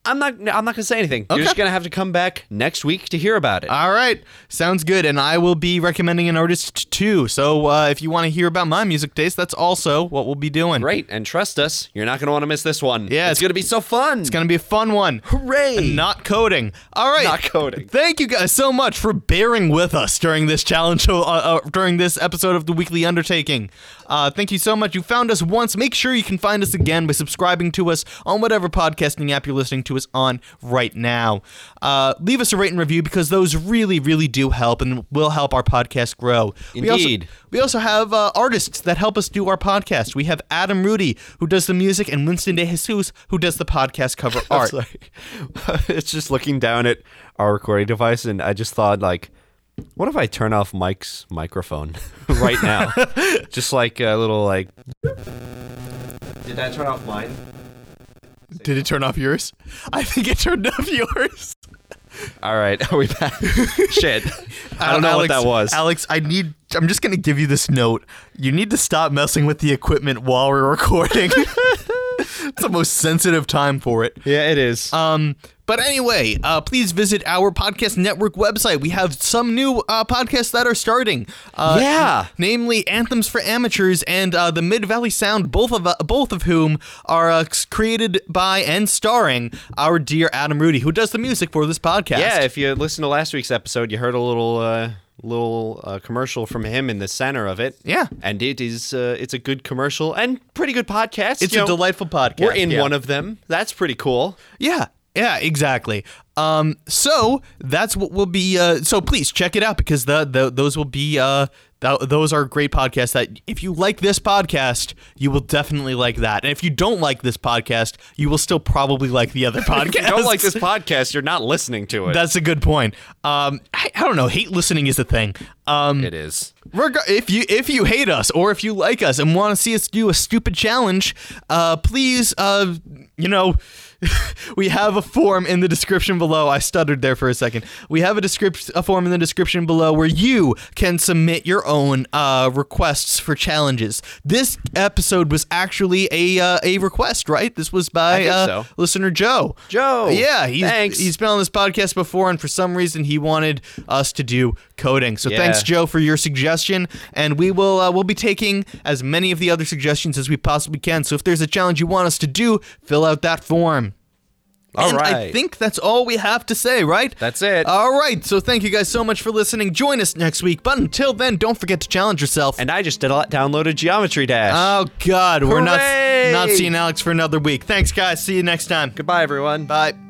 S1: I'm not. I'm not gonna say anything.
S2: Okay.
S1: You're just gonna have to come back next week to hear about it.
S2: all right, sounds good. And I will be recommending an artist too. So uh, if you want to hear about my music taste, that's also what we'll be doing.
S1: Great, and trust us, you're not gonna want to miss this one.
S2: Yeah,
S1: it's,
S2: it's-
S1: gonna be so fun.
S2: It's going to be a fun one.
S1: Hooray!
S2: Not coding. All right.
S1: Not coding.
S2: Thank you guys so much for bearing with us during this challenge show, uh, uh, during this episode of the Weekly Undertaking. Uh, thank you so much. You found us once. Make sure you can find us again by subscribing to us on whatever podcasting app you're listening to us on right now. Uh, leave us a rate and review because those really, really do help and will help our podcast grow. We also-
S1: Indeed.
S2: we also have uh, artists that help us do our podcast. We have Adam Rudy, who does the music, and Winston De Jesus, who does the podcast <laughs> cover art.
S1: <laughs> it's just looking down at our recording device, and I just thought, like, what if I turn off Mike's microphone <laughs> right now? just like a little like. Did that turn off mine?
S2: Did it turn off yours? <laughs> I think it turned off <laughs> yours.
S1: All right, are we back? Shit, I don't know
S2: Alex,
S1: what that was.
S2: Alex, I need. I'm just gonna give you this note. You need to stop messing with the equipment while we're <laughs> recording. it's the most sensitive time for it.
S1: yeah, it is.
S2: Um, but anyway, uh, please visit our podcast network website. We have some new uh, podcasts that are starting. Uh,
S1: Yeah.
S2: n- namely Anthems for Amateurs and uh, the Mid Valley Sound, both of uh, both of whom are uh, c- created by and starring our dear Adam Rudy, who does the music for this podcast.
S1: Yeah, if you listened to last week's episode, you heard a little uh, little uh, commercial from him in the center of it.
S2: Yeah.
S1: and it is uh, it's a good commercial and pretty good podcast.
S2: it's
S1: You
S2: a
S1: know,
S2: delightful podcast.
S1: We're in
S2: yeah.
S1: one of them. That's pretty cool.
S2: Yeah, yeah, exactly. Um, so that's what will be. Uh, so please check it out because the, the those will be. Uh, th- those are great podcasts. That if you like this podcast, you will definitely like that. And if you don't like this podcast, you will still probably like the other podcast.
S1: <laughs> If you don't like this podcast, you're not listening to it.
S2: That's a good point. Um, I, I don't know. Hate listening is a thing. Um,
S1: it is.
S2: Reg- if you if you hate us or if you like us and want to see us do a stupid challenge, uh, please, uh, you know, <laughs> we have a form in the description below. I stuttered there for a second. We have a description a form in the description below where you can submit your own uh, requests for challenges. This episode was actually a uh, a request, right? This was by
S1: think
S2: uh,
S1: so.
S2: listener Joe.
S1: Joe,
S2: yeah, he's,
S1: thanks.
S2: he's been on this podcast before, and for some reason he wanted us to do coding. So
S1: Yeah.
S2: thanks, Joe. Joe for your suggestion, and we will uh, we'll be taking as many of the other suggestions as we possibly can. So if there's a challenge you want us to do, fill out that form.
S1: All right.
S2: and I think that's all we have to say, right?
S1: That's it.
S2: All right. So thank you guys so much for listening. Join us next week. But until then, don't forget to challenge yourself.
S1: and I just did a lot, downloaded Geometry Dash.
S2: oh God, we're not
S1: Hooray!
S2: not seeing Alex for another week. Thanks, guys. See you next time.
S1: Goodbye, everyone.
S2: Bye.